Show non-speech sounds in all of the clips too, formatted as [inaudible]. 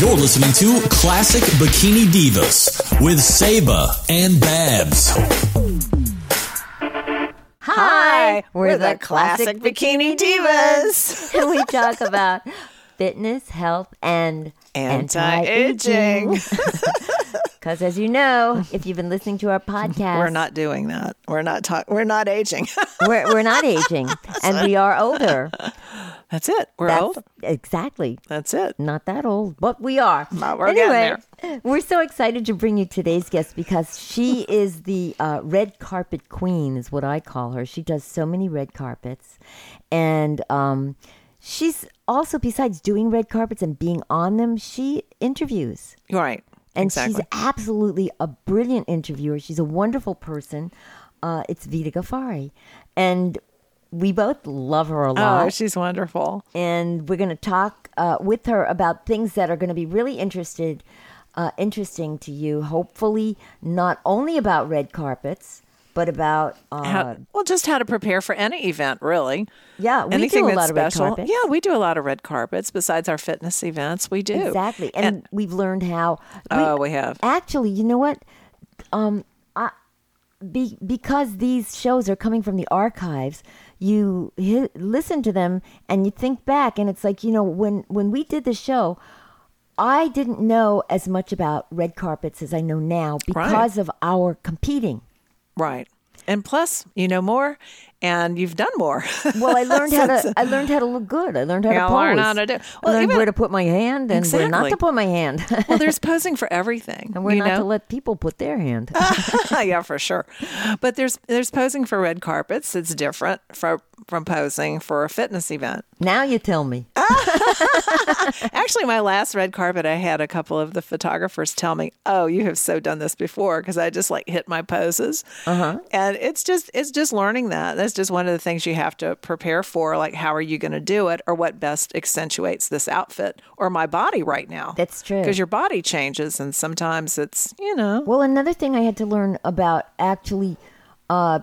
You're listening to Classic Bikini Divas with Saba and Babs. Hi, We're, the, classic, bikini divas. and [laughs] we talk about fitness, health, and Anti-aging. [laughs] Because as you know, if you've been listening to our podcast, We're not doing that. We're not talk. We're not aging. [laughs] we're, we're not aging, and we are older. That's it. We're That's old. exactly That's it. not that old, but we are. But we're getting anyway, we're so excited to bring you today's guest because [laughs] she is the uh, red carpet queen, is what I call her. She does so many red carpets, and um, she's also besides doing red carpets and being on them, she interviews. You're right. And exactly. she's absolutely a brilliant interviewer. She's a wonderful person. Uh, it's Vita Gafari. And we both love her a lot oh, she's wonderful. and we're going to talk uh, with her about things that are going to be really interested, uh, interesting to you. Hopefully, not only about red carpets, but about uh, How, well, just how to prepare for any event, really. yeah, we Anything do a that's lot of red special. carpets. Yeah, we do a lot of red carpets. Besides our fitness events, we do exactly, and, we've learned how. Oh, we have. actually. You know what? Um, I, be, because these shows are coming from the archives. You hi listen to them and you think back, and it's like you know when when we did the show. I didn't know as much about red carpets as I know now Right. because of our competing. right. And plus, you know more, and you've done more. Well, I learned [laughs] how to. I learned how to look good. I learned how Yeah, to learn pose. how to do- I Well, learned even- where to put my hand and where not Exactly. to put my hand, [laughs] well, there's posing for everything. and where you not know? to let people put their hand. [laughs] yeah, for sure. But there's there's posing for red carpets. It's different from from posing for a fitness event. now you tell me. Actually, my last red carpet, I had a couple of the photographers tell me, "Oh, you have so done this before," because I just like hit my poses. Uh-huh. And it's just it's just learning that. That's just one of the things you have to prepare for. Like, how are you going to do it, or what best accentuates this outfit or my body right now? That's true. Because your body changes, and sometimes it's you know Well, another thing I had to learn about actually, uh,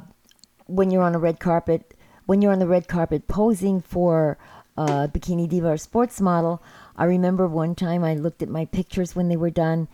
when you're on a red carpet, when you're on the red carpet posing for uh, bikini diva or sports model, I remember one time I looked at my pictures when they were done,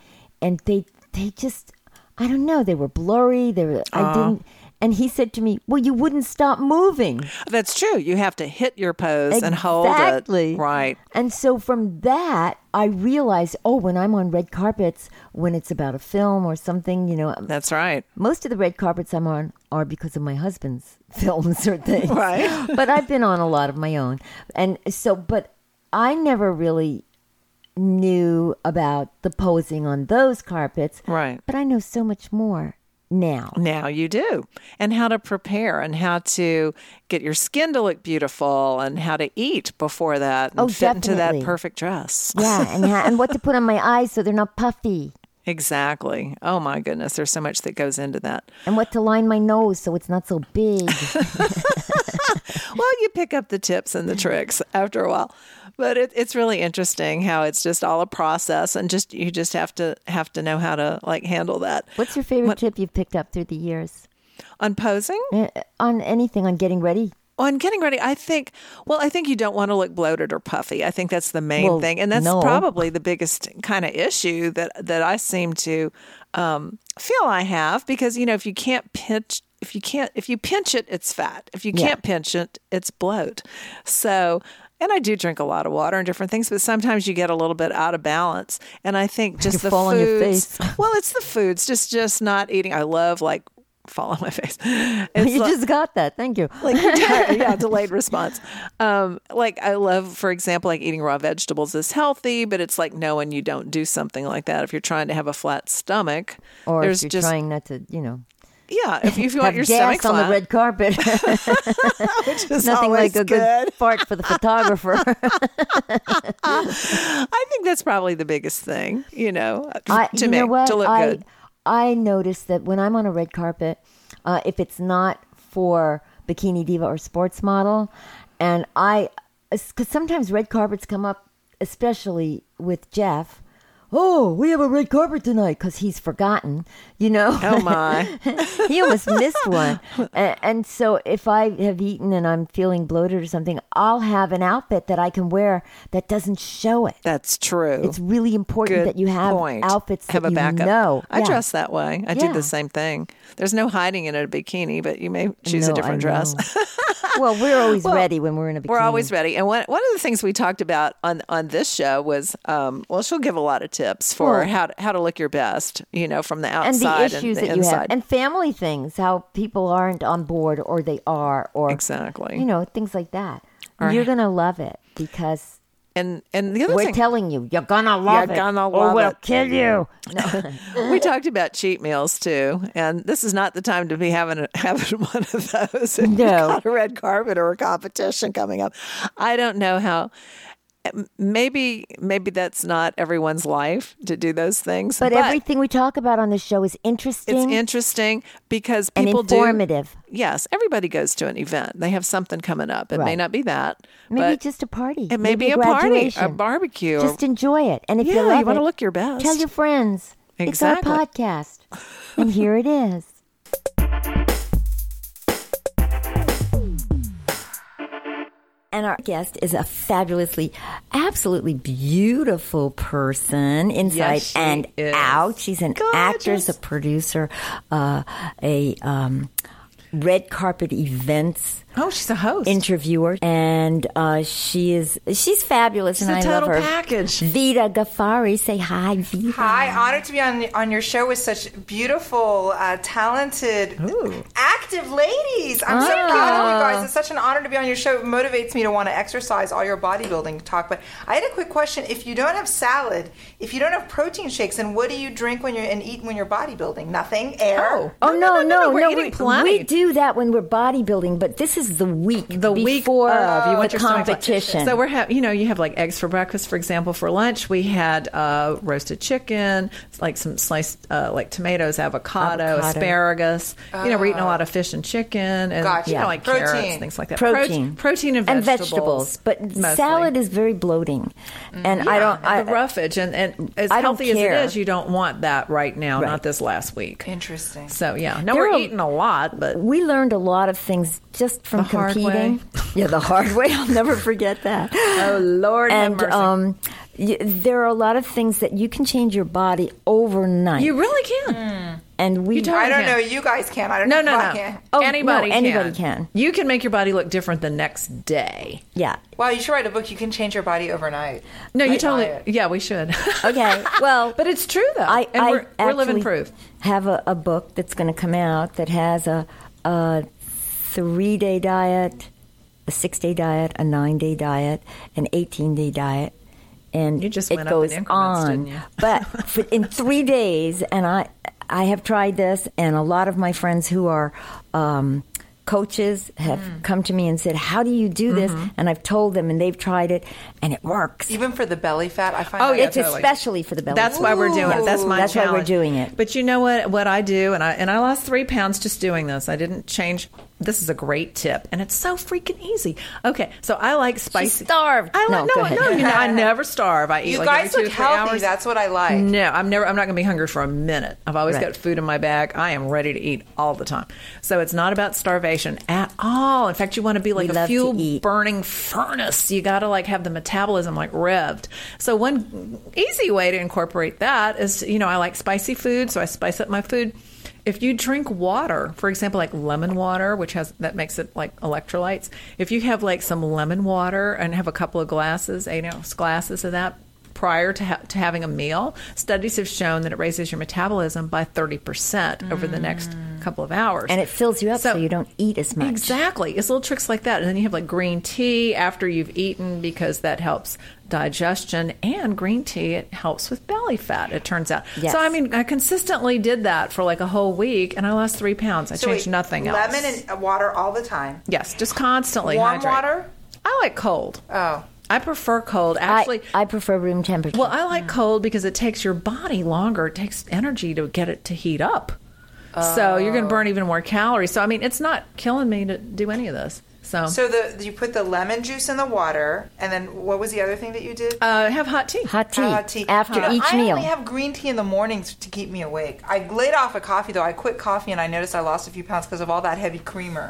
and they they just I don't know they were blurry. They were I didn't. And he said to me, "Well, you wouldn't stop moving." that's true. You have to hit your pose and hold it Exactly. right. And so from that, I realized, oh, when I'm on red carpets, when it's about a film or something, you know, That's right. most of the red carpets I'm on are because of my husband's [laughs] films or things. Right. but I've been on a lot of my own. And so, but I never really knew about the posing on those carpets. Right. But I know so much more now. Now you do. And how to prepare and how to get your skin to look beautiful and how to eat before that and Oh, fit into definitely. that perfect dress. Yeah. And, ha- and what to put on my eyes so they're not puffy. Exactly. Oh my goodness, there's so much that goes into that. And what to line my nose so it's not so big. Well, you pick up the tips and the tricks after a while. But it, it's really interesting how it's just all a process and just you just have to have to know how to like handle that. What's your favorite tip you've picked up through the years? On posing, Eh, On anything, on getting ready? [laughs] on getting ready, I think, well, I think you don't want to look bloated or puffy. I think that's the main Well, thing. And that's no. probably the biggest kind of issue that, that I seem to um, feel I have because, you know, if you can't pinch, if you can't, if you pinch it, it's fat. If you Yeah. can't pinch it, it's bloat. So, and I do drink a lot of water and different things, but sometimes you get a little bit out of balance. And I think just the fall on your foods. [laughs] well, it's the foods, just just not eating. I love like fall on my [laughs] face. [laughs] It's you like- just got that. Thank you. like you're [laughs] tired. yeah delayed response um like i love for example like eating raw vegetables is healthy but it's like knowing you don't do something like that if you're trying to have a flat stomach Or there's if you're just trying not to, you know, yeah if, if you have want your stomach gas on the flat red [laughs] carpet. [laughs] which is Nothing like always a good, [laughs] fart for the photographer. i think that's probably the biggest thing you know uh, I, [laughs] to you make know what? to look I, good I noticed that when I'm on a red carpet, uh, if it's not for bikini diva or sports model, and I, because sometimes red carpets come up, especially with Jeff. oh, we have a red carpet tonight because he's forgotten, you know? [laughs] Oh my. he almost missed [laughs] one. And, and so if I have eaten and I'm feeling bloated or something, I'll have an outfit that I can wear that doesn't show it. That's true. It's really important Good that you have point. outfits that have a you backup. know. I Yeah. dress that way. I do Yeah. the same thing. There's no hiding in a bikini, but you may choose No, a I different dress. [laughs] know. well, we're always ready when we're in a bikini. We're always ready. And one, one of the things we talked about on, on this show was, um, well, she'll give a lot of tips for Well- how to, how to look your best, you know, from the and the outside issues the that you inside. have, and family things, how people aren't on board or they are, or exactly. you know things like that. Or- You're gonna love it because and and the other we're thing telling you, you're gonna love it, gonna or love we'll it. kill you. we talked about cheat meals too, and this is not the time to be having a, [laughs] having one of those. If you've No. got a red carpet or a competition coming up. I don't know how. m- Maybe maybe that's not everyone's life to do those things, But, everything we talk about on this show is interesting it's interesting because and people do informative. yes, everybody goes to an event. They have something coming up. It may Right. not be that, Maybe but just a party. it may be a, party, graduation. a barbecue. or- Just enjoy it, and if Yeah, you you love wanna it, look your best. Tell your friends. Exactly. It's our podcast, and here it is. And our guest is a fabulously, absolutely beautiful person inside Yes, she and is. out. She's an actress, a producer, uh, a um, red carpet events oh, she's a host. interviewer, and uh, she is she's fabulous, and the I total love her. package. Vida Ghaffari, say hi, Vida. Hi, honored to be on on your show with such beautiful, uh, talented, active ladies. I'm so Ah. proud of you guys. It's such an honor to be on your show. It motivates me to want to exercise all your bodybuilding talk. But I had a quick question: If you don't have salad, if you don't have protein shakes, then what do you drink when you're and eat when you're bodybuilding? Nothing. Air. Oh. Oh no, no, no! we're eating we, plenty. we do that when we're bodybuilding, but this is the week, the week before of. You want the your stomach- competition. So we're have you know you have like eggs for breakfast, for example. For lunch, we had uh, roasted chicken, like some sliced uh, like tomatoes, avocado, Avocado. asparagus. You know, we're eating a lot of fish and chicken, and Gotcha. you know, like carrots Protein. things like that. Pro- protein, protein, and vegetables, but mostly. Mm, salad is very bloating, and I don't. I, the roughage and, and as I don't healthy as it care. is, you don't want that right now, Right. not this last week. Interesting. So yeah, no, There we're are- eating a lot, but we learned a lot of things just from The hard competing. [laughs] way. Yeah, the hard way. I'll never forget that. oh Lord, have and mercy. um, y- there are a lot of things that you can change your body overnight. you really can. and we You don't- I don't Yeah. know. You guys can. I don't No, know. no, if I no. can. Oh, anybody, no, anybody can. You can make your body look different the next day. yeah. Wow, you should write a book. You can change your body overnight. No, you I buy totally. it. Yeah, we should. [laughs] [laughs] Okay. Well, but it's true though. I, and I we're, we're living actually proof. Have a, a book that's going to come out that has a, a three day diet, a six day diet, a nine day diet, an eighteen day diet, and You just it went up in goes increments, on. didn't you? [laughs] but for, in three days, and I I have tried this, and a lot of my friends who are. Um, Coaches have Hmm. come to me and said, "How do you do this?" Mm-hmm. And I've told them, and they've tried it, and it works. Even for the belly fat, I find. Oh, that yeah, it's that's- totally. especially for the belly. That's why we're doing Yes, it. That's my That's why we're challenge. doing it. But you know what? What I do, and I and I lost three pounds just doing this. I didn't change. This is a great tip, and it's so freaking easy. Okay, so I like spicy. starved. I like, No, no, go no, ahead. you [laughs] know, I never starve. I eat. You like every guys two or look three healthy. Hours. That's what I like. No, I'm never. I'm not going to be hungry for a minute. I've always Right. got food in my bag. I am ready to eat all the time. So it's not about starvation at all. In fact, you want to be like We a love to fuel eat. burning furnace. You got to like have the metabolism like revved. So one easy way to incorporate that is, you know, I like spicy food, so I spice up my food. If you drink water, for example, like lemon water, which has that makes it like electrolytes. If you have like some lemon water and have a couple of glasses, eight ounce glasses of that prior to, ha- to having a meal, studies have shown that it raises your metabolism by 30% over the next couple of hours. Mm. and it fills you up so, you don't eat as much. Exactly. It's little tricks like that. And then you have like green tea after you've eaten because that helps digestion and green tea it helps with belly fat it turns out Yes. so i mean i consistently did that for like a whole week and i lost three pounds i So changed wait, nothing else Lemon and uh, water all the time. yes just constantly Warm hydrate. water? i like cold Oh. i prefer cold I, actually I prefer room temperature. Well, I Mm. like cold because it takes your body longer. It takes energy to get it to heat Oh. up. So you're going to burn even more calories. So I mean, it's not killing me to do any of this. So, So the you put the lemon juice in the water, and then what was the other thing that you did? Uh, have hot tea. hot tea, Hot tea. Um, after You know, each I meal. only have green tea in the mornings to keep me awake. I laid off of coffee though. I quit coffee and I noticed I lost a few pounds because of all that heavy creamer.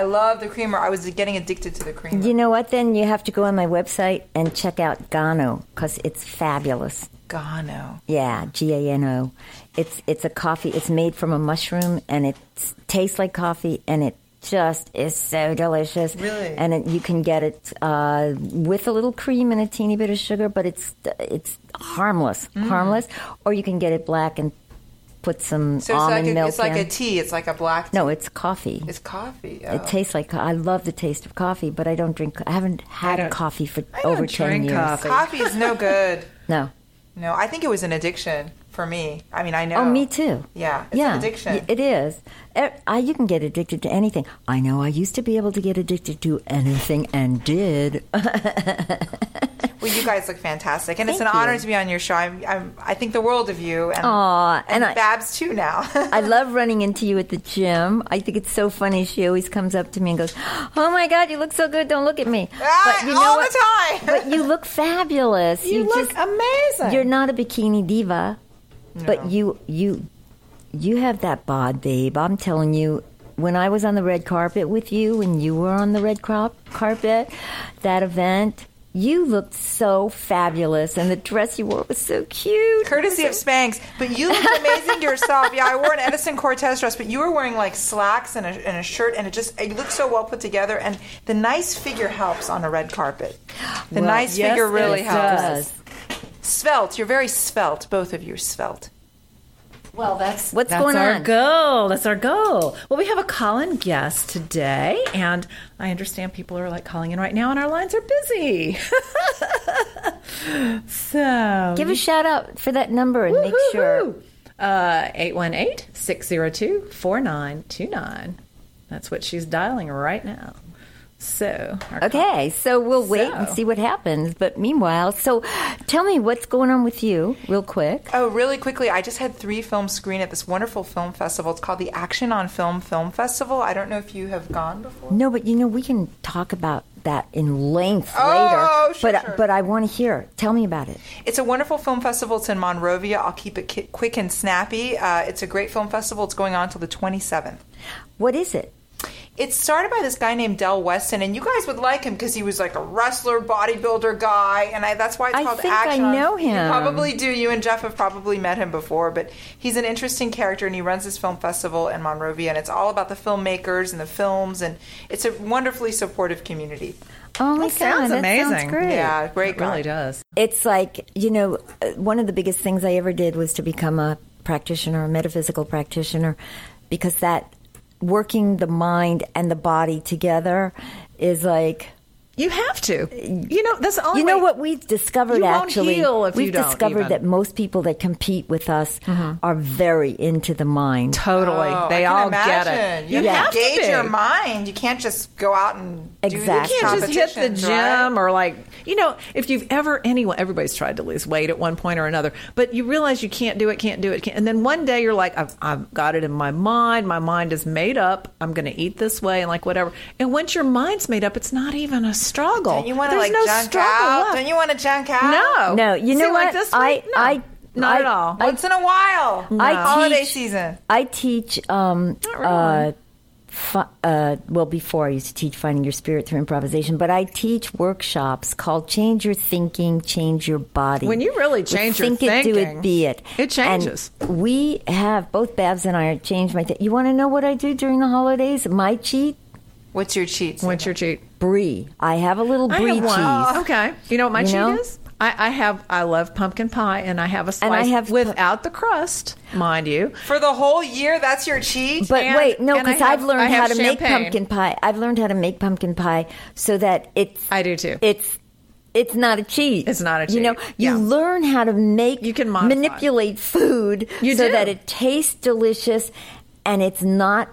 I love the creamer. I was getting addicted to the creamer. you know what? Then you have to go on my website and check out Gano because it's fabulous. Gano. Yeah, G A N O. It's it's a coffee. It's made from a mushroom, and it s- tastes like coffee, and it just is so delicious. Really? And it, you can get it uh, with a little cream and a teeny bit of sugar, but it's it's harmless, Mm. harmless. Or you can get it black and put some So it's almond like a, milk it's like a in. tea. It's like a black. Tea. no, it's coffee. it's coffee. It Oh. tastes like co- I love the taste of coffee, but I don't drink. I haven't had don't- coffee for I over don't ten drink years. [laughs] coffee. coffee is no good. No. No, I think it was an addiction for me. I mean, I know. Oh, me too. Yeah, it's an yeah, addiction. y- It is. E- I, you can get addicted to anything. I know. I used to be able to get addicted to anything and did. [laughs] Well, you guys look fantastic, and it's an Thank honor you. to be on your show. I'm, I'm, I think the world of you, and Aw, and, and I- Babs too now. [laughs] I love running into you at the gym. I think it's so funny. She always comes up to me and goes, "Oh my God, you look so good! Don't look at me." Ah, all the time. but you look [laughs] fabulous. You, look just- amazing. You're not a bikini diva, but No. you you you have that bod, babe. I'm telling you. When I was on the red carpet with you, when you were on the red crop carpet, that event, you looked so fabulous, and the dress you wore was so cute. Courtesy of Spanx, but you look amazing yourself. Yeah, I wore an Edison Cortez dress, but you were wearing like slacks and a, and a shirt, and it just it looked so well put together. And the nice figure helps on a red carpet. The Well, nice yes, figure really it helps. does. Svelte, you're very svelte. Both of you are svelte. Well, that's What's that's going our on? goal. That's our goal. Well, we have a call-in guest today, and I understand people are like calling in right now, and our lines are busy. [laughs] so Give a shout out for that number and make sure. Woo-hoo-hoo. Uh, 818-602-4929. That's what she's dialing right now. So, our Okay, so we'll wait and So. see what happens. But meanwhile, so tell me what's going on with you, real quick. Oh, really quickly, I just had three films screen at this wonderful film festival. It's called the Action on Film Film Festival. I don't know if you have gone before. No, but you know we can talk about that in length Oh, later. sure, but sure. but I want to hear. Tell me about it. It's a wonderful film festival. It's in Monrovia. I'll keep it ki- quick and snappy. Uh, it's a great film festival. It's going on till the 27th. What is it? It started by this guy named Del Weston, and you guys would like him because he was like a wrestler, bodybuilder guy, and I, that's why it's I called think I Action. on- know him. You probably do. You and Jeff have probably met him before, but he's an interesting character, and he runs this film festival in Monrovia, and it's all about the filmmakers and the films, and it's a wonderfully supportive community. Oh my That sounds god, that amazing. sounds great. Yeah, great It really guy. does. It's like you know, uh, one of the biggest things I ever did was to become a practitioner, a metaphysical practitioner, because that working the mind and the body together is like You have to. You know, that's all. You know what we've discovered Oh, You won't actually? heal if you we've don't, discovered even. Mm-hmm. that most people that compete with us are very into the mind. Totally. Oh, they I can all imagine. get it. You Yeah. have to be. gauge your mind. You can't just go out and Exactly. do You these can't just hit the competitions, right? gym or like you know if you've ever anyone everybody's tried to lose weight at one point or another but you realize you can't do it can't do it can't, and then one day you're like I've, I've got it in my mind my mind is made up i'm going to eat this way and like whatever and once your mind's made up it's not even a struggle Don't you want to There's like no junk struggle out? left. Don't you want to junk out? no No, you See, know what? like this I- week? No. I- not I- at all I- Once in a while. I Holiday teach- season. I teach. Um, really. uh, fi- uh, well, before I used to teach finding your spirit through improvisation, but I teach workshops called "Change Your Thinking, Change Your Body." When you really With change your think it, do thinking, it, be it. it changes. And we have both Babs and I are changed my. Th- you want to know what I do during the holidays? My cheat What's your cheat? what's your cheat brie. I have a little I brie have one. Oh, cheese. Okay. You know what my You cheat know? is? I, I have I love pumpkin pie and I have a slice And I have- without the crust, mind you. For the whole year, that's your cheat? But And- wait, no, and I because I've have- learned I how have to make champagne. pumpkin pie. I've learned how to make pumpkin pie so that it's. I do too. It's it's not a cheat. It's not a You know, cheat. you Yeah. learn how to make. You can modify. manipulate food You so do. that it tastes delicious, and it's not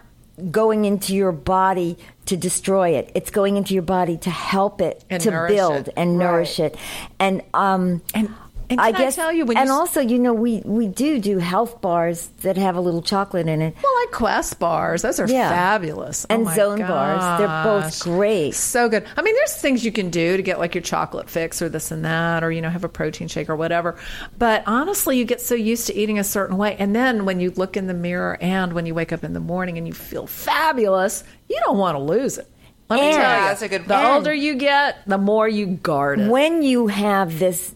going into your body to destroy it. It's going into your body to help it And to nourish build it. and nourish it. And um And And I can I, guess. tell you when and you also, you know, we we do do health bars that have a little chocolate in it. Well, like Quest bars, those are Yeah. fabulous. And oh my Zone bars. They're both gosh. great. So good. I mean, there's things you can do to get like your chocolate fix or this and that, or you know, have a protein shake or whatever. But honestly, you get so used to eating a certain way, and then when you look in the mirror and when you wake up in the morning and you feel fabulous, you don't want to lose it. Let me And- tell you, Yeah, that's a good the point. older you get, the more you guard it. when you have this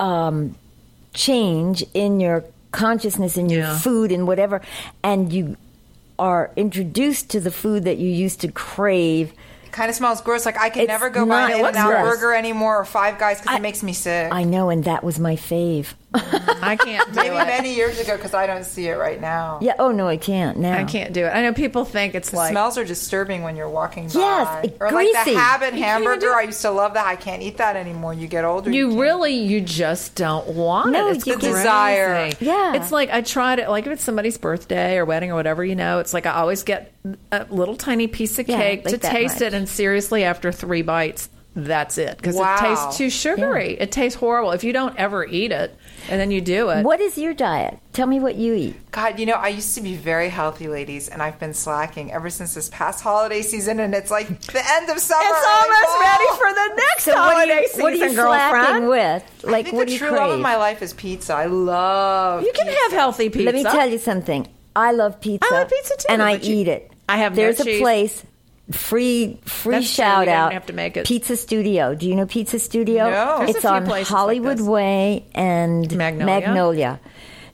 um, change in your consciousness in your Yeah. food and whatever and you are introduced to the food that you used to crave kind of smells gross. Like I can It's never go buy not- it an In and looks Out gross. burger anymore or Five Guys because I- it makes me sick. i know and that was my fave I can't do Maybe it. many years ago because I don't see it right now. yeah oh no i can't now I can't do it. I know people think it's like Smells are disturbing when you're walking by. Yes, it- or like greasy. the Habit You can't even do hamburger. it. I used to love that. I can't eat that anymore. You get older. You can't. really, you just don't want No, it. It's you crazy. desire. Yeah. it's like I tried it. Like if it's somebody's birthday or wedding or whatever, you know, it's like I always get a little tiny piece of Yeah, cake like to that taste much. it, and seriously, after three bites, that's it because Wow. it tastes too sugary. It tastes horrible if you don't ever eat it, and then you do it. what is your diet tell me what you eat God, you know, I used to be very healthy, ladies, and I've been slacking ever since this past holiday season, and it's like the end of summer. It's almost ready for the next what are holiday you, season, what are you slacking girlfriend. with Like, I like think what do the you true crave love of my life is pizza. I love. You can have healthy pizza. let me tell you something i love pizza I love pizza too, and i but you- eat it I have no there's a cheese. place free free That's true, shout you don't out have to make it. pizza studio do you know pizza studio No. There's a it's few on places like hollywood this. way and Magnolia. magnolia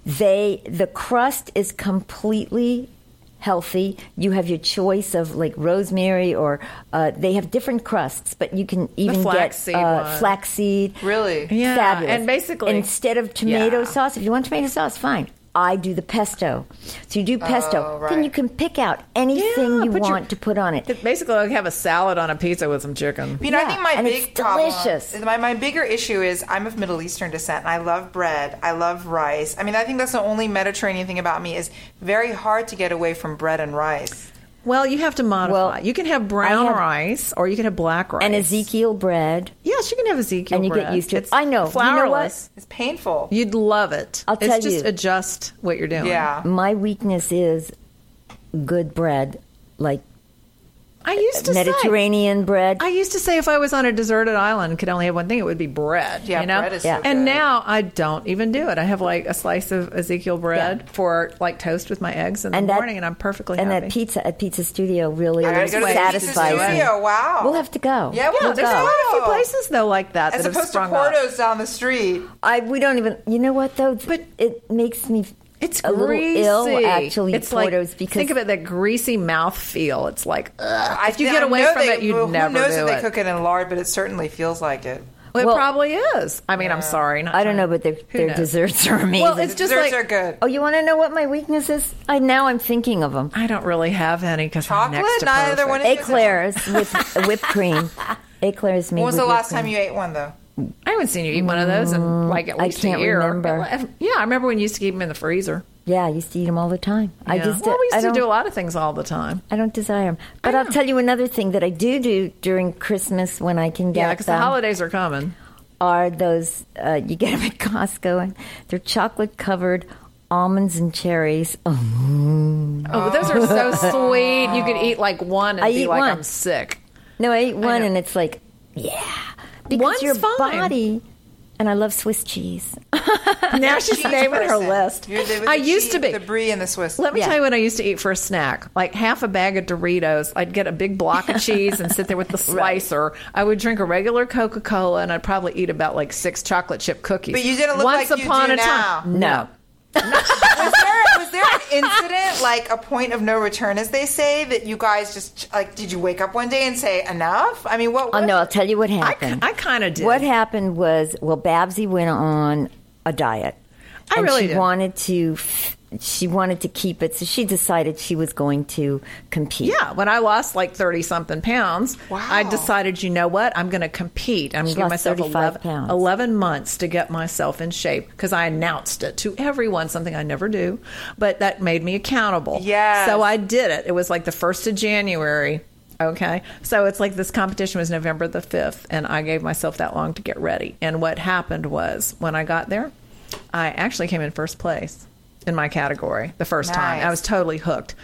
they the crust is completely healthy you have your choice of like rosemary or uh, they have different crusts but you can even flaxseed get one. uh, flaxseed Really? Yeah, fabulous and basically- instead of tomato Yeah. sauce if you want tomato sauce fine I do the pesto. So you do pesto. right. Then you can pick out anything Oh, Yeah, you put your- want to put on it. It's basically like have a salad on a pizza with some chicken. You know, Yeah, I think my and big it's delicious. problem, my my bigger issue is I'm of Middle Eastern descent, and I love bread. I love rice. I mean, I think that's the only Mediterranean thing about me is very hard to get away from bread and rice. Well, you have to modify. Well, you can have brown I have- rice or you can have black rice. And Ezekiel bread. Yes, you can have Ezekiel And you get bread. used to it. It's I know. You know what? Flourless. It's painful. You would love it. I'll tell it's just you. adjust what you're doing. yeah. My weakness is good bread, like I used to say. Mediterranean bread. I used to say if I was on a deserted island and could only have one thing, it would be bread. Yeah, you know? bread is Yeah. so so And good. now I don't even do it. I have like a slice of Ezekiel bread for like toast with my eggs in the And that- morning, and I'm perfectly and happy. that pizza at Pizza Studio really gotta go to the Pizza satisfies me. Studio, wow. We'll have to go. Yeah, we'll yeah, have to there's go. quite a few places though like that Oh. As that have opposed to sprung up. Portos down the street. I we don't even. You know what though? But- it makes me. It's a greasy. little ill actually. It's Portos like, because think about that greasy mouth feel. It's like ugh. I if you think- get I away know from they- it, you well, never Who knows do if they it. cook it in lard, but it certainly feels like it. Well, Well- it probably is. I mean, I'm sorry. Not I don't know, trying- but their Who their knows? desserts are amazing. Well, it's just Desserts like are good. oh, you want to know what my weakness is? I now I'm thinking of them. I don't really have any because Chocolate? Next to Neither perfect. one is- Eclairs with whipped [laughs] cream. Eclairs made. When was with the whipped last cream. time you ate one, though? I haven't seen you eat one of those in like at Mm, I least can't a year. or- remember. yeah, I remember when you used to keep them in the freezer. Yeah, I used to eat them all the time. I Yeah. just well, we I used to don't- do a lot of things all the time. I don't desire them. But I'll know. tell you another thing that I do do during Christmas when I can Yeah, get because the them holidays are coming. are those uh, you get them at Costco and they're chocolate covered almonds and cherries. Oh, Oh, but those are [laughs] so sweet. You could eat like one and I be eat like, one. I'm sick. no, I ate one know. and it's like yeah, because One's your fine. body. And I love Swiss cheese. Now she's Cheese naming her person. list. You're the- with I the used cheese, to be. The brie and the Swiss. Let me Yeah. tell you what I used to eat for a snack. Like half a bag of Doritos. I'd get a big block of cheese and sit there [laughs] with the slicer. I would drink a regular Coca Cola and I'd probably eat about like six chocolate chip cookies. But you didn't look Once like you upon do a time. No. was there was there an incident like a point of no return, as they say, that you guys just like? Did you wake up one day and say enough? I mean, what? Oh what- no, I'll tell you what I, happened. kind of did. What happened was, well, Babsy went on a diet. I and really she did. wanted to. She wanted to keep it, so she decided she was going to compete. Yeah, when I lost like thirty something pounds, Wow. I decided, you know what, I'm going to compete. I'm She going to give lost myself 35 11, pounds. 11 months to get myself in shape because I announced it to everyone, something I never do, but that made me accountable. Yes. So I did it. It was like the first of January. Okay. So it's like this competition was November the 5th, and I gave myself that long to get ready. And what happened was when I got there, I actually came in first place in my category the first time. Nice. I was totally hooked.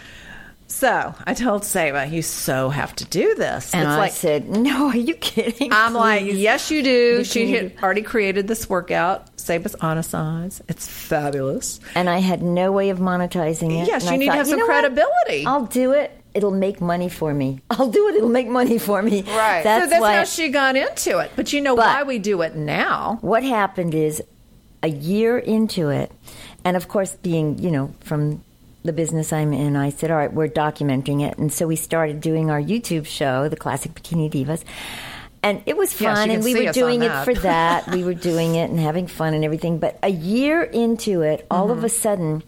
So I told Saba, you so have to do this. And it's I like, said, "No, [laughs] are you kidding?" I'm like, yes, you do. She can- had already created this workout. Saba's on a size. It's fabulous. and I had no way of monetizing it. Yes, And you I need to have some know what? credibility." I'll do it. It'll make money for me. [laughs] I'll do it. It'll make money for me. Right. So That's, so that's why how she got into it. But you know But- why we do it now? what happened is a year into it, and of course, being, you know, from the business I'm in, I said, all right, we're documenting it. And so we started doing our YouTube show, The Classic Bikini Divas. And it was Yes, fun, you and can we see were us on doing it that. [laughs] for that. we were doing it and having fun and everything. But a year into it, all Mm-hmm. of a sudden,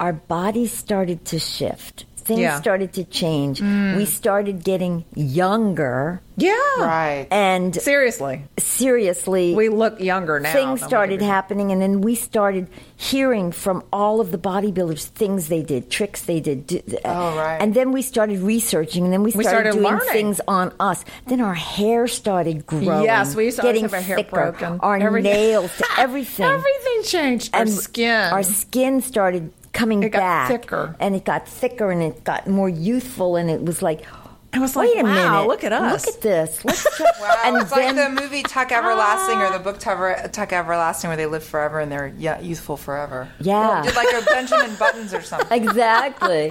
our bodies started to shift. Things Yeah. Mm. started to change. We started getting younger, Yeah. Right. and Seriously. seriously, We look younger now. things than we started do. happening and then we started hearing from all of the bodybuilders things they did tricks they did d- d- uh, Oh, right. and then we started researching and then we started, started doing learning. things on us then our hair started growing Yes, we used to always getting have our hair thicker, broken. our [laughs] Everything. nails everything Everything changed. Our and skin. our skin started coming It got back thicker. and it got thicker and it got more youthful and it was like I was like, wait a wow, minute look at us. look at this [laughs] let's check. Wow, and it's then Ah. like the movie Tuck Everlasting or the book Tuck, Tuck Everlasting where they live forever and they're yeah, youthful forever. Yeah. Did like a Benjamin Buttons or something. Exactly.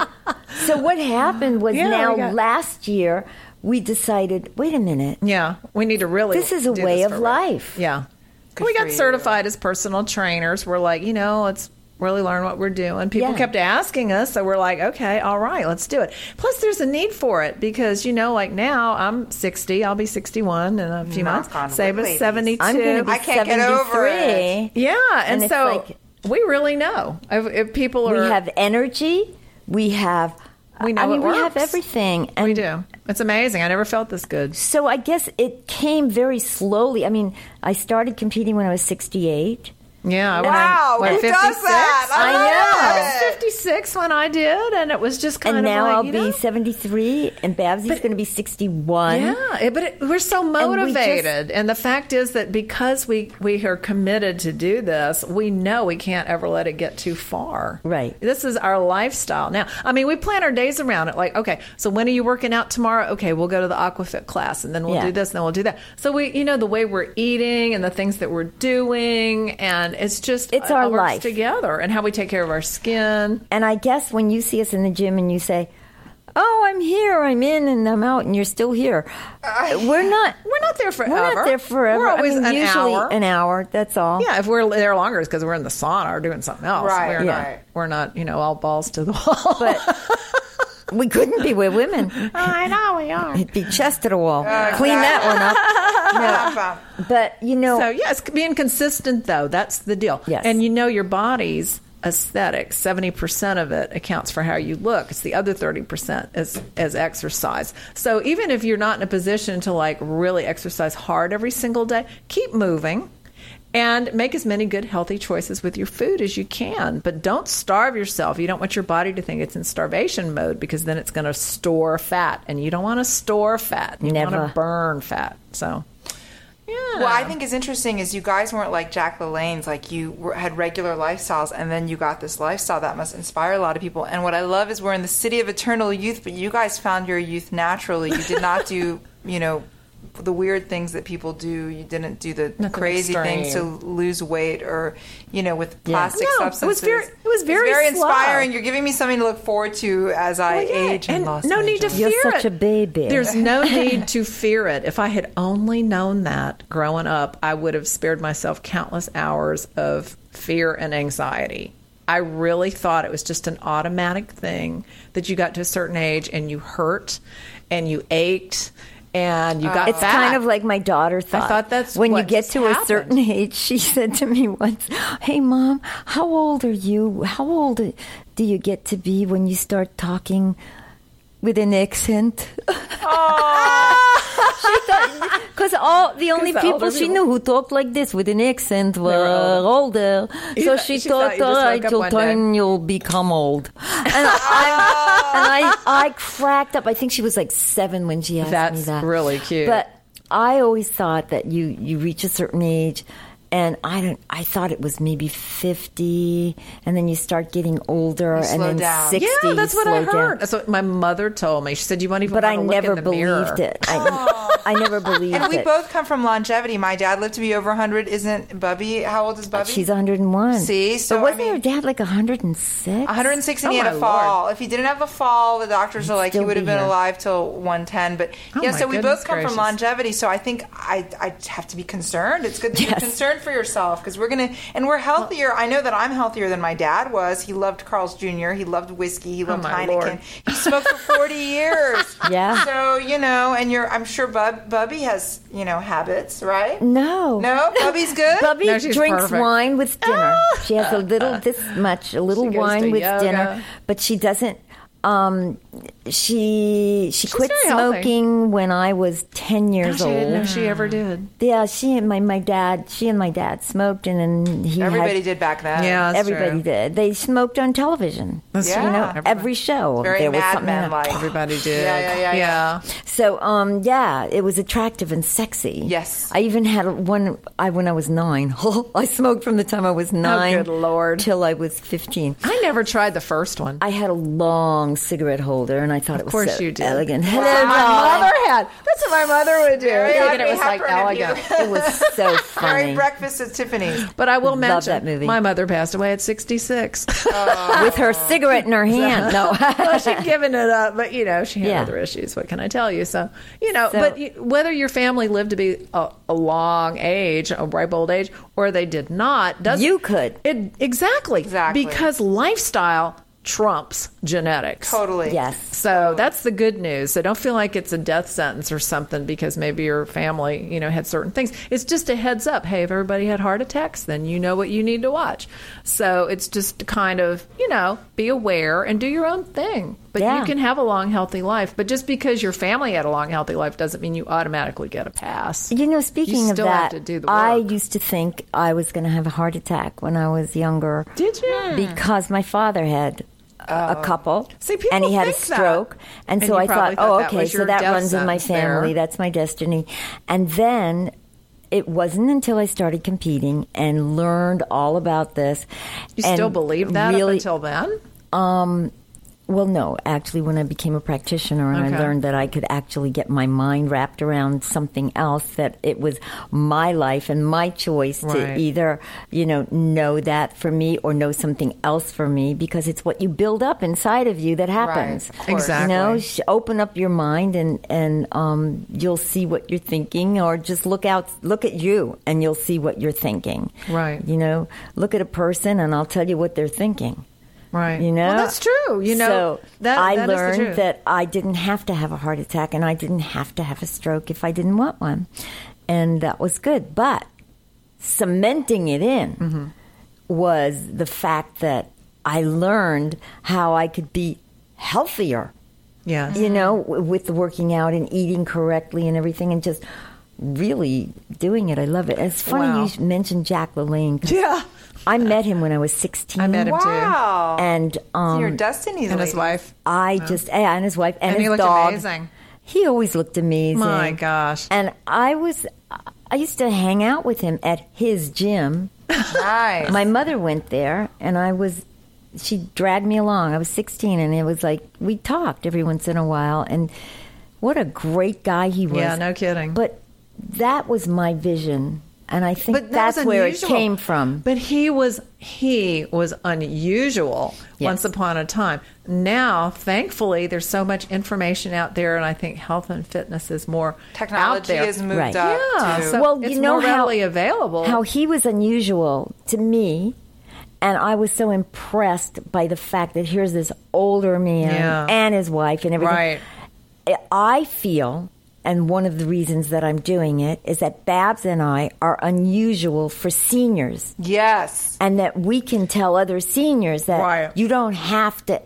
so what happened was Yeah, now we got- last year we decided, wait a minute. Yeah, we need to really. This is a do way this of for real. life. Yeah, we for got you. certified as personal trainers. We're like, you know, let's really learn what we're doing. People Yeah. kept asking us, so we're like, okay, all right, let's do it. Plus, there's a need for it because you know, like now I'm 60, I'll be 61 in a few Knock months. on Save wood, us ladies. 72. I'm going to be I can't get 73. over it. yeah, and, And it's so like- we really know if, if people We are. have energy. We have We know I mean, it we have works. everything. And we do. It's amazing. I never felt this good. so I guess it came very slowly. I mean, I started competing when I was 68. Yeah. And I'm- Wow, What, who does 56? that? I love know. it. I was 56 when I did, and it was just kind And of now like, I'll you be know, 73 and Babs is going to be 61. yeah, it- but it, we're so we just- motivated, and, the fact is that because we we are committed to do this, we know we can't ever let it get too far. Right. This is our lifestyle now. I mean, we plan our days around it. Like, okay, so when are you working out tomorrow? Okay, we'll go to the Aquafit class, and then we'll Yeah. do this, and then we'll do that. So we, you know, the way we're eating and the things that we're doing, and it's just uh, It's it our all works life. together, and how we take care of our skin. And I guess when you see us in the gym and you say, "Oh, I'm here, I'm in, and I'm out," and you're still here, we're not. We're not there Uh, forever. We're not there forever. We're always I mean, an usually hour. an hour. That's all. yeah, if we're there longer, it's because we're in the sauna or doing something else. Right, We're yeah. not. We're not. You know, all balls to the [laughs] wall. But we couldn't be with women. [laughs] I know we are. It'd be chest to the wall. Clean that one up. No. But you know, So yes, being consistent though, that's the deal. Yes. And you know your body's aesthetic, seventy percent of it accounts for how you look. It's the other thirty percent as as exercise. So even if you're not in a position to like really exercise hard every single day, keep moving. And make as many good healthy choices with your food as you can, but don't starve yourself. You don't want your body to think it's in starvation mode because then it's going to store fat, and you don't want to store fat. You Never. want to burn fat. So, yeah. What I think is interesting is you guys weren't like Jack LaLanne's, like you were, had regular lifestyles, and then you got this lifestyle that must inspire a lot of people. And what I love is we're in the city of eternal youth, but you guys found your youth naturally. You did not do, [laughs] you know, the weird things that people do. You didn't do the Nothing crazy things to extreme. lose weight or, you know, with plastic No, it was substances. very- it was It's very slow. inspiring. You're giving me something to look forward to as I Well, yeah, age and, lost no my need to job. fear You're such it. a baby. [laughs] There's no need to fear it. If I had only known that growing up, I would have spared myself countless hours of fear and anxiety. I really thought it was just an automatic thing that you got to a certain age and you hurt and you ached and you got It's fat. kind of like my daughter thought. thought that's when you what get just to a happened. certain [laughs] age. She said to me once, "Hey, mom, how old are you? How old do you get to be when you start talking with an [laughs] accent?" Because all [laughs] the only the people older she people- knew who talked like this with an accent were, older. So thought- she, she thought thought, "Oh, you just "All woke right, up your one day." time you'll become old." And I'm, I, I cracked up. I think she was like seven when she asked me That's that. really cute. But I always thought that you you reach a certain age, and I don't. I thought it was maybe fifty, and then you start getting older, and slow then down. sixty. Yeah, that's you what I slow down. heard. That's what my mother told me. She said you won't even. But I wanna look never in the mirror." believed it. [laughs] I, I never believed And we it. both come from longevity. My dad lived to be over 100. Isn't Bubby? How old Uh, is Bubby? She's 101. See, so, but wasn't I mean- your dad like 106? 106 and he Oh, had a my fall. If he didn't have a fall, the doctors are like he still would have be been here. alive till 110. But Oh, yeah, my so we goodness both come gracious. from longevity. So I think I I have to be concerned. It's good to Yes. be concerned for yourself because we're gonna and we're healthier. I know that I'm healthier than my dad was. He loved Carl's Jr. He loved whiskey. He loved Oh my Heineken. Lord. He smoked for [laughs] 40 years. Yeah. So you know, and you're I'm sure Bub Bubby has you know habits, right? No. No, Bubby's good. [laughs] Ah. Bubby No, she's drinks perfect. Ah. wine with dinner. she has a little this much, a little She goes to wine with yoga. dinner, but she doesn't. Um, she she quit very healthy. smoking when I was ten years Gosh, I didn't know old. she ever did. Yeah, she and my my dad, she and my dad smoked, and then he had- Everybody did back then. Yeah, that's everybody true. did. They smoked on television. Yeah. You know, Everybody. every show Very there was Mad something. Men on. like. Everybody did. Yeah, yeah, yeah, yeah. So, um, yeah, it was attractive and sexy. Yes. I even had one. I when I was nine. [laughs] Oh, I smoked from the time I was nine. Oh, good Lord. Till I was fifteen. I never tried the first one. I had a long cigarette holder, and I thought it was course so you did. elegant. Hello, my mother had. That's what my mother would do. David, it was like "Oh Hepburn elegant. interview. [laughs] It was [laughs] so Very funny. breakfast at Tiffany's. But I will Love mention that movie. my mother passed away at [laughs] 66. Oh. With her cigarette in her hand. No. [laughs] well, she'd given it up, but you know, she had Yeah. other issues. What can I tell you? So, you know, So- but you, whether your family lived to be a, a long age, a ripe old age, or they did not, doesn't You could. It, exactly. Exactly. Because lifestyle trumps genetics. Totally. yes. So that's the good news. So don't feel like it's a death sentence or something because maybe your family, you know, had certain things. It's just a heads up. Hey, if everybody had heart attacks, then you know what you need to watch. So it's just to kind of, you know, be aware and do your own thing. But Yeah. you can have a long, healthy life. But just because your family had a long, healthy life doesn't mean you automatically get a pass. You know, speaking You of still that, have to do the I work. used to think I was going to have a heart attack when I was younger. Did you? Hmm. Because my father had a a couple, See, people and he had a think that. stroke, and, And so you I thought, probably thought oh, that okay, was so your that death runs in my sentence there. family. That's my destiny. And then it wasn't until I started competing and learned all about this. You and still believe that up really, until then? well, no, actually, when I became a practitioner and I Okay. learned that I could actually get my mind wrapped around something else, that it was my life and my choice Right. to either, you know, know that for me or know something else for me because it's what you build up inside of you that happens. of course. Exactly. You know, sh- open up your mind and, and um, you'll see what you're thinking or just look out, look at you and you'll see what you're thinking. Right. You know, look at a person and I'll tell you what they're thinking. Right. You know, Well, that's true. You know, so that, I that is the learned truth. that I didn't have to have a heart attack, and I didn't have to have a stroke if I didn't want one, and that was good. But cementing it in Mm-hmm. was the fact that I learned how I could be healthier. Yes. You know, w- with the working out and eating correctly and everything, and just really doing it. I love it. And it's funny Wow. you sh- mentioned Jack LaLanne. 'cause Yeah. I met him when I was sixteen. I met him too. Wow. And um, Your destiny's And his lady. wife. I just yeah, and his wife and, And he his looked dog. amazing. He always looked amazing. My gosh. And I was I used to hang out with him at his gym. Nice. My mother went there and I was she dragged me along. I was 16 and it was like we talked every once in a while and what a great guy he was. Yeah, no kidding. But that was my vision and I think that was that's where it unusual. came from. But he was he was unusual Yes. once upon a time. Now, thankfully, there's so much information out there, and I think health and fitness is more out Technology there. has moved Right. up. yeah, to- so Well, it's you know more how- readily available. how he was unusual to me and I was so impressed by the fact that here's this older man Yeah. and his wife and everything. right? I feel and one of the reasons that I'm doing it is that Babs and I are unusual for seniors yes. and that we can tell other seniors that Right. you don't have to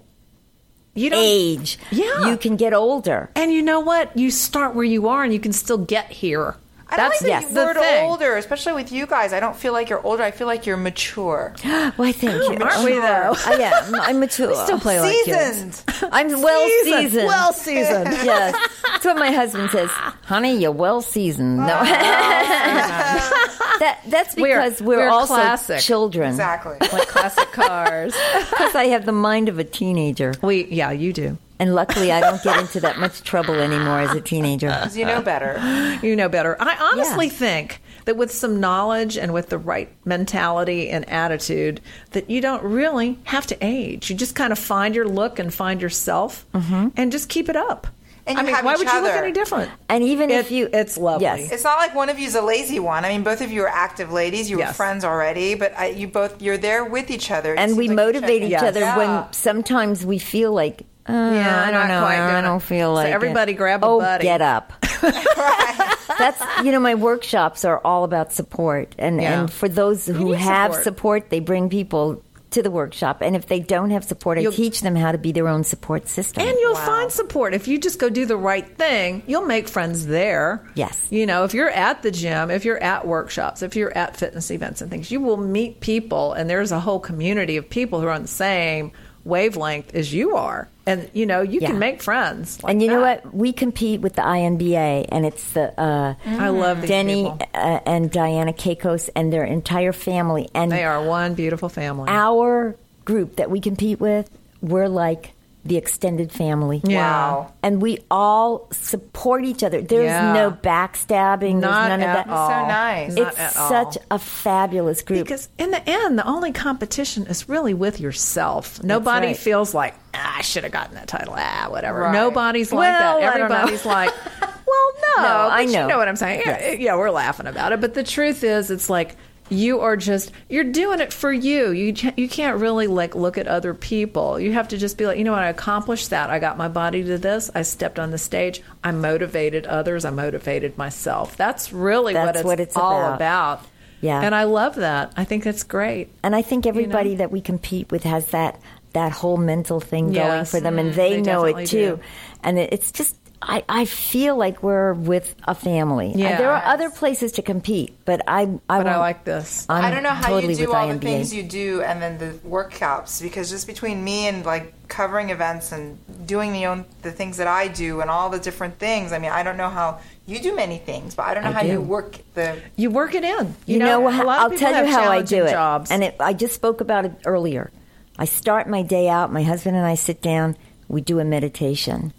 You don't. age. Yeah. You can get older. And you know what? You start where you are, and you can still get here. I don't That's- like yes, the, the word thing. older, especially with you guys. I don't feel like you're older. I feel like you're [gasps] mature. Why, thank you. Aren't we though? [laughs] I am. I'm mature. [laughs] Still play like kids. Seasoned. I'm well seasoned. Seasoned. Well seasoned. [laughs] yes. That's what my husband says. Honey, you're well seasoned. No. Oh, [laughs] that, that's We're- because we're, we're also classic. children. exactly. like classic cars. Because I have the mind of a teenager. [laughs] We yeah, you do. And luckily, I don't get into that much trouble anymore as a teenager. [laughs] 'Cause [laughs] You know better. [gasps] You know better. I honestly Yeah. think that with some knowledge and with the right mentality and attitude, that you don't really have to age. You just kind of find your look and find yourself, and just keep it up. Mm-hmm. And I you mean, have why each would you look other. any different? And even if It- you. it's lovely. Yes. It's not like one of you's a lazy one. I mean, both of you are active ladies. You were Yes. friends already, but I, you both you're there with each other. It And seems we like motivate checking- each Yes. other Yeah. when sometimes we feel like. Uh, Yeah, I don't not know. quite I doing don't it. feel So like it. everybody grab a oh, buddy. get [laughs] up. [laughs] Right. That's you know my workshops are all about support and Yeah. and for those who need have support. support. they bring people to the workshop and if they don't have support I You'll- teach them how to be their own support system. And you'll find support if you just go do the right thing. You'll make friends there. Yes. You know, if you're at the gym, if you're at workshops, if you're at fitness events and things, you will meet people, and there's a whole community of people who are on the same wavelength as you are. And you know, you Yeah. can make friends. like And you know that. what? We compete with the INBA, and it's the uh, I love Mm-hmm. these Denny people. uh, and Diana Keikos and their entire family. And They are one beautiful family. our group that we compete with, we're like the extended family. Yeah. Wow. And we all support each other. There's Yeah. no backstabbing. Not there's none at of that. all. So nice. Not it's at all. such a fabulous group. Because in the end, the only competition is really with yourself. Nobody right. feels like "Ah, I should have gotten that title. Ah, whatever. Right. Nobody's like Well, that. I don't know. [laughs] Everybody's like, well, no. No, I but know. You know what I'm saying? Yeah, yeah, we're laughing about it, but the truth is, it's like you are just you're doing it for you. You ca- you can't really like look at other people. You have to just be like, you know what? I accomplished that. I got my body to this. I stepped on the stage. I motivated others. I motivated myself. That's really what That's it's, what it's all about. about. Yeah. And I love that. I think that's great. and I think everybody that we compete with has that that whole mental thing going Yes. for them, and Mm, they, they know definitely it too. do. And it, it's just. I, I feel like we're with a family. Yeah. There are other places to compete, but I I, But I won't- like this. I'm I don't know how totally you do with all IMBA. the things you do and then the workshops because just between me and like covering events and doing the own the things that I do and all the different things. I mean, I don't know how you do many things, but I don't know I how do. you work the You work it in. You know, a how, lot of I'll people tell have you how I challenging do it. Jobs. And it, I just spoke about it earlier. I start my day out. My husband and I sit down. We do a meditation.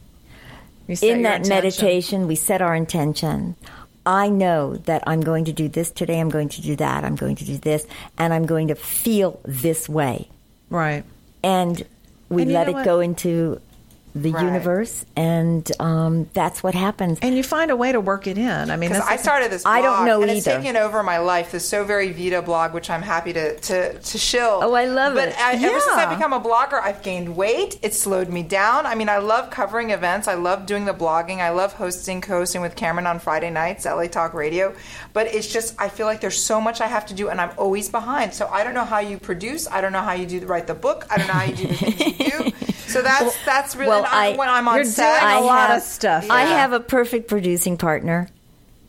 You set In your that intention. meditation, we set our intention. I know that I'm going to do this today. I'm going to do that. I'm going to do this, and I'm going to feel this way. right? And we And you let know it what? go into the Right. universe, and um, that's what happens. And you find a way to work it in. I mean, Because that's I started this. Blog, I don't know and It's either. taken over my life. The So Very Vita blog, which I'm happy to to, to shill. Oh, I love but it. I, ever since Yeah. I become a blogger, I've gained weight. It slowed me down. I mean, I love covering events. I love doing the blogging. I love hosting, co-hosting with Cameron on Friday nights, LA Talk Radio. But it's just I feel like there's so much I have to do, and I'm always behind. So I don't know how you produce. I don't know how you do write the book. I don't know how you do the things you do. So that's that's really well, and I, I- when I'm on you're set. doing a I lot [laughs] of stuff. I Yeah. have a perfect producing partner.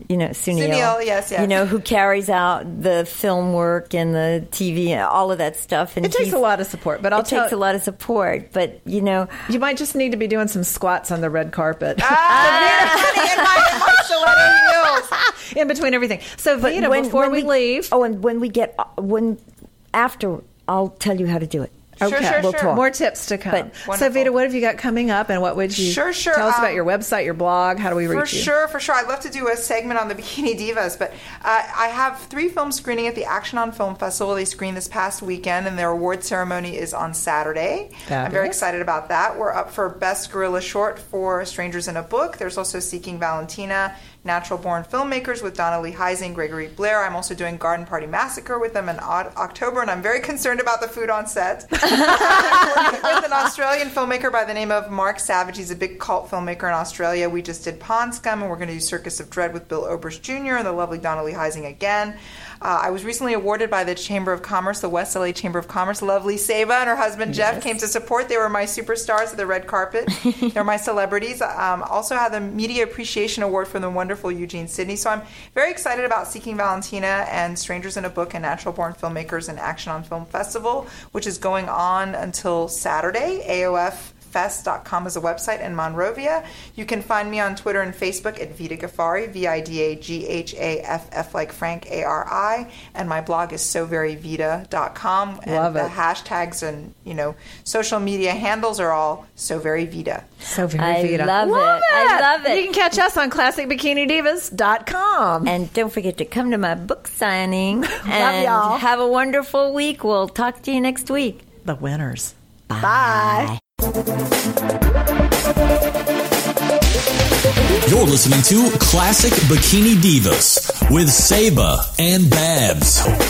You know, Sunil. Sunil, yes, yes. You know, who carries out the film work and the TV and all of that stuff. And It takes he's- a lot of support, but I'll it tell takes a lot of support, but you know, You might just need to be doing some squats on the red carpet Ah! [laughs] in between everything. So, but Vita, when, before when we, leave, oh, and when we get when after, I'll tell you how to do it. Sure, sure, we'll sure. talk. more tips to come. so, Wonderful. Vita, what have you got coming up, and what would you Sure, sure, tell us about um, your website, your blog? How do we For reach you? sure, for sure. I'd love to do a segment on the [laughs] Bikini Divas, but uh, I have three films screening at the Action on Film Festival. They screened this past weekend, and their award ceremony is on Saturday. I'm very Fabulous. excited about that. We're up for Best Gorilla Short for Strangers in a Book. There's also Seeking Valentina, Natural Born Filmmakers with Donna Lee Heising, Gregory Blair. I'm also doing Garden Party Massacre with them in O- October, and I'm very concerned about the food [laughs] on set. with an Australian filmmaker by the name of Mark Savage. He's a big cult filmmaker in Australia. We just did Pond Scum, and we're going to do Circus of Dread with Bill Oberst Jr. and the lovely Donnelly Heising again. Uh, I was recently awarded by the Chamber of Commerce, the West LA Chamber of Commerce. Lovely Saba and her husband Jeff came to support. They were my superstars of the red carpet. They're my celebrities. Um, also had the Media Appreciation Award from the wonderful Eugene Sydney. So I'm very excited about Seeking Valentina and Strangers in a Book and Natural Born Filmmakers and Action on Film Festival, which is going on until Saturday. AOF fest.com is a website in Monrovia. You can find me on Twitter and Facebook at Vita Ghaffari, V I D A G H A F F like Frank A R I, and my blog is soveryvita.com. And Love the it. hashtags and you know social media handles are all so very Vita. So very I Vita. love it. I love it. You can catch us on classicbikinidivas.com. And don't forget to come to my book signing. [laughs] and y'all. Have a wonderful week. We'll talk to you next week. The winners. You're listening to Classic Bikini Divas with Saba and Babs.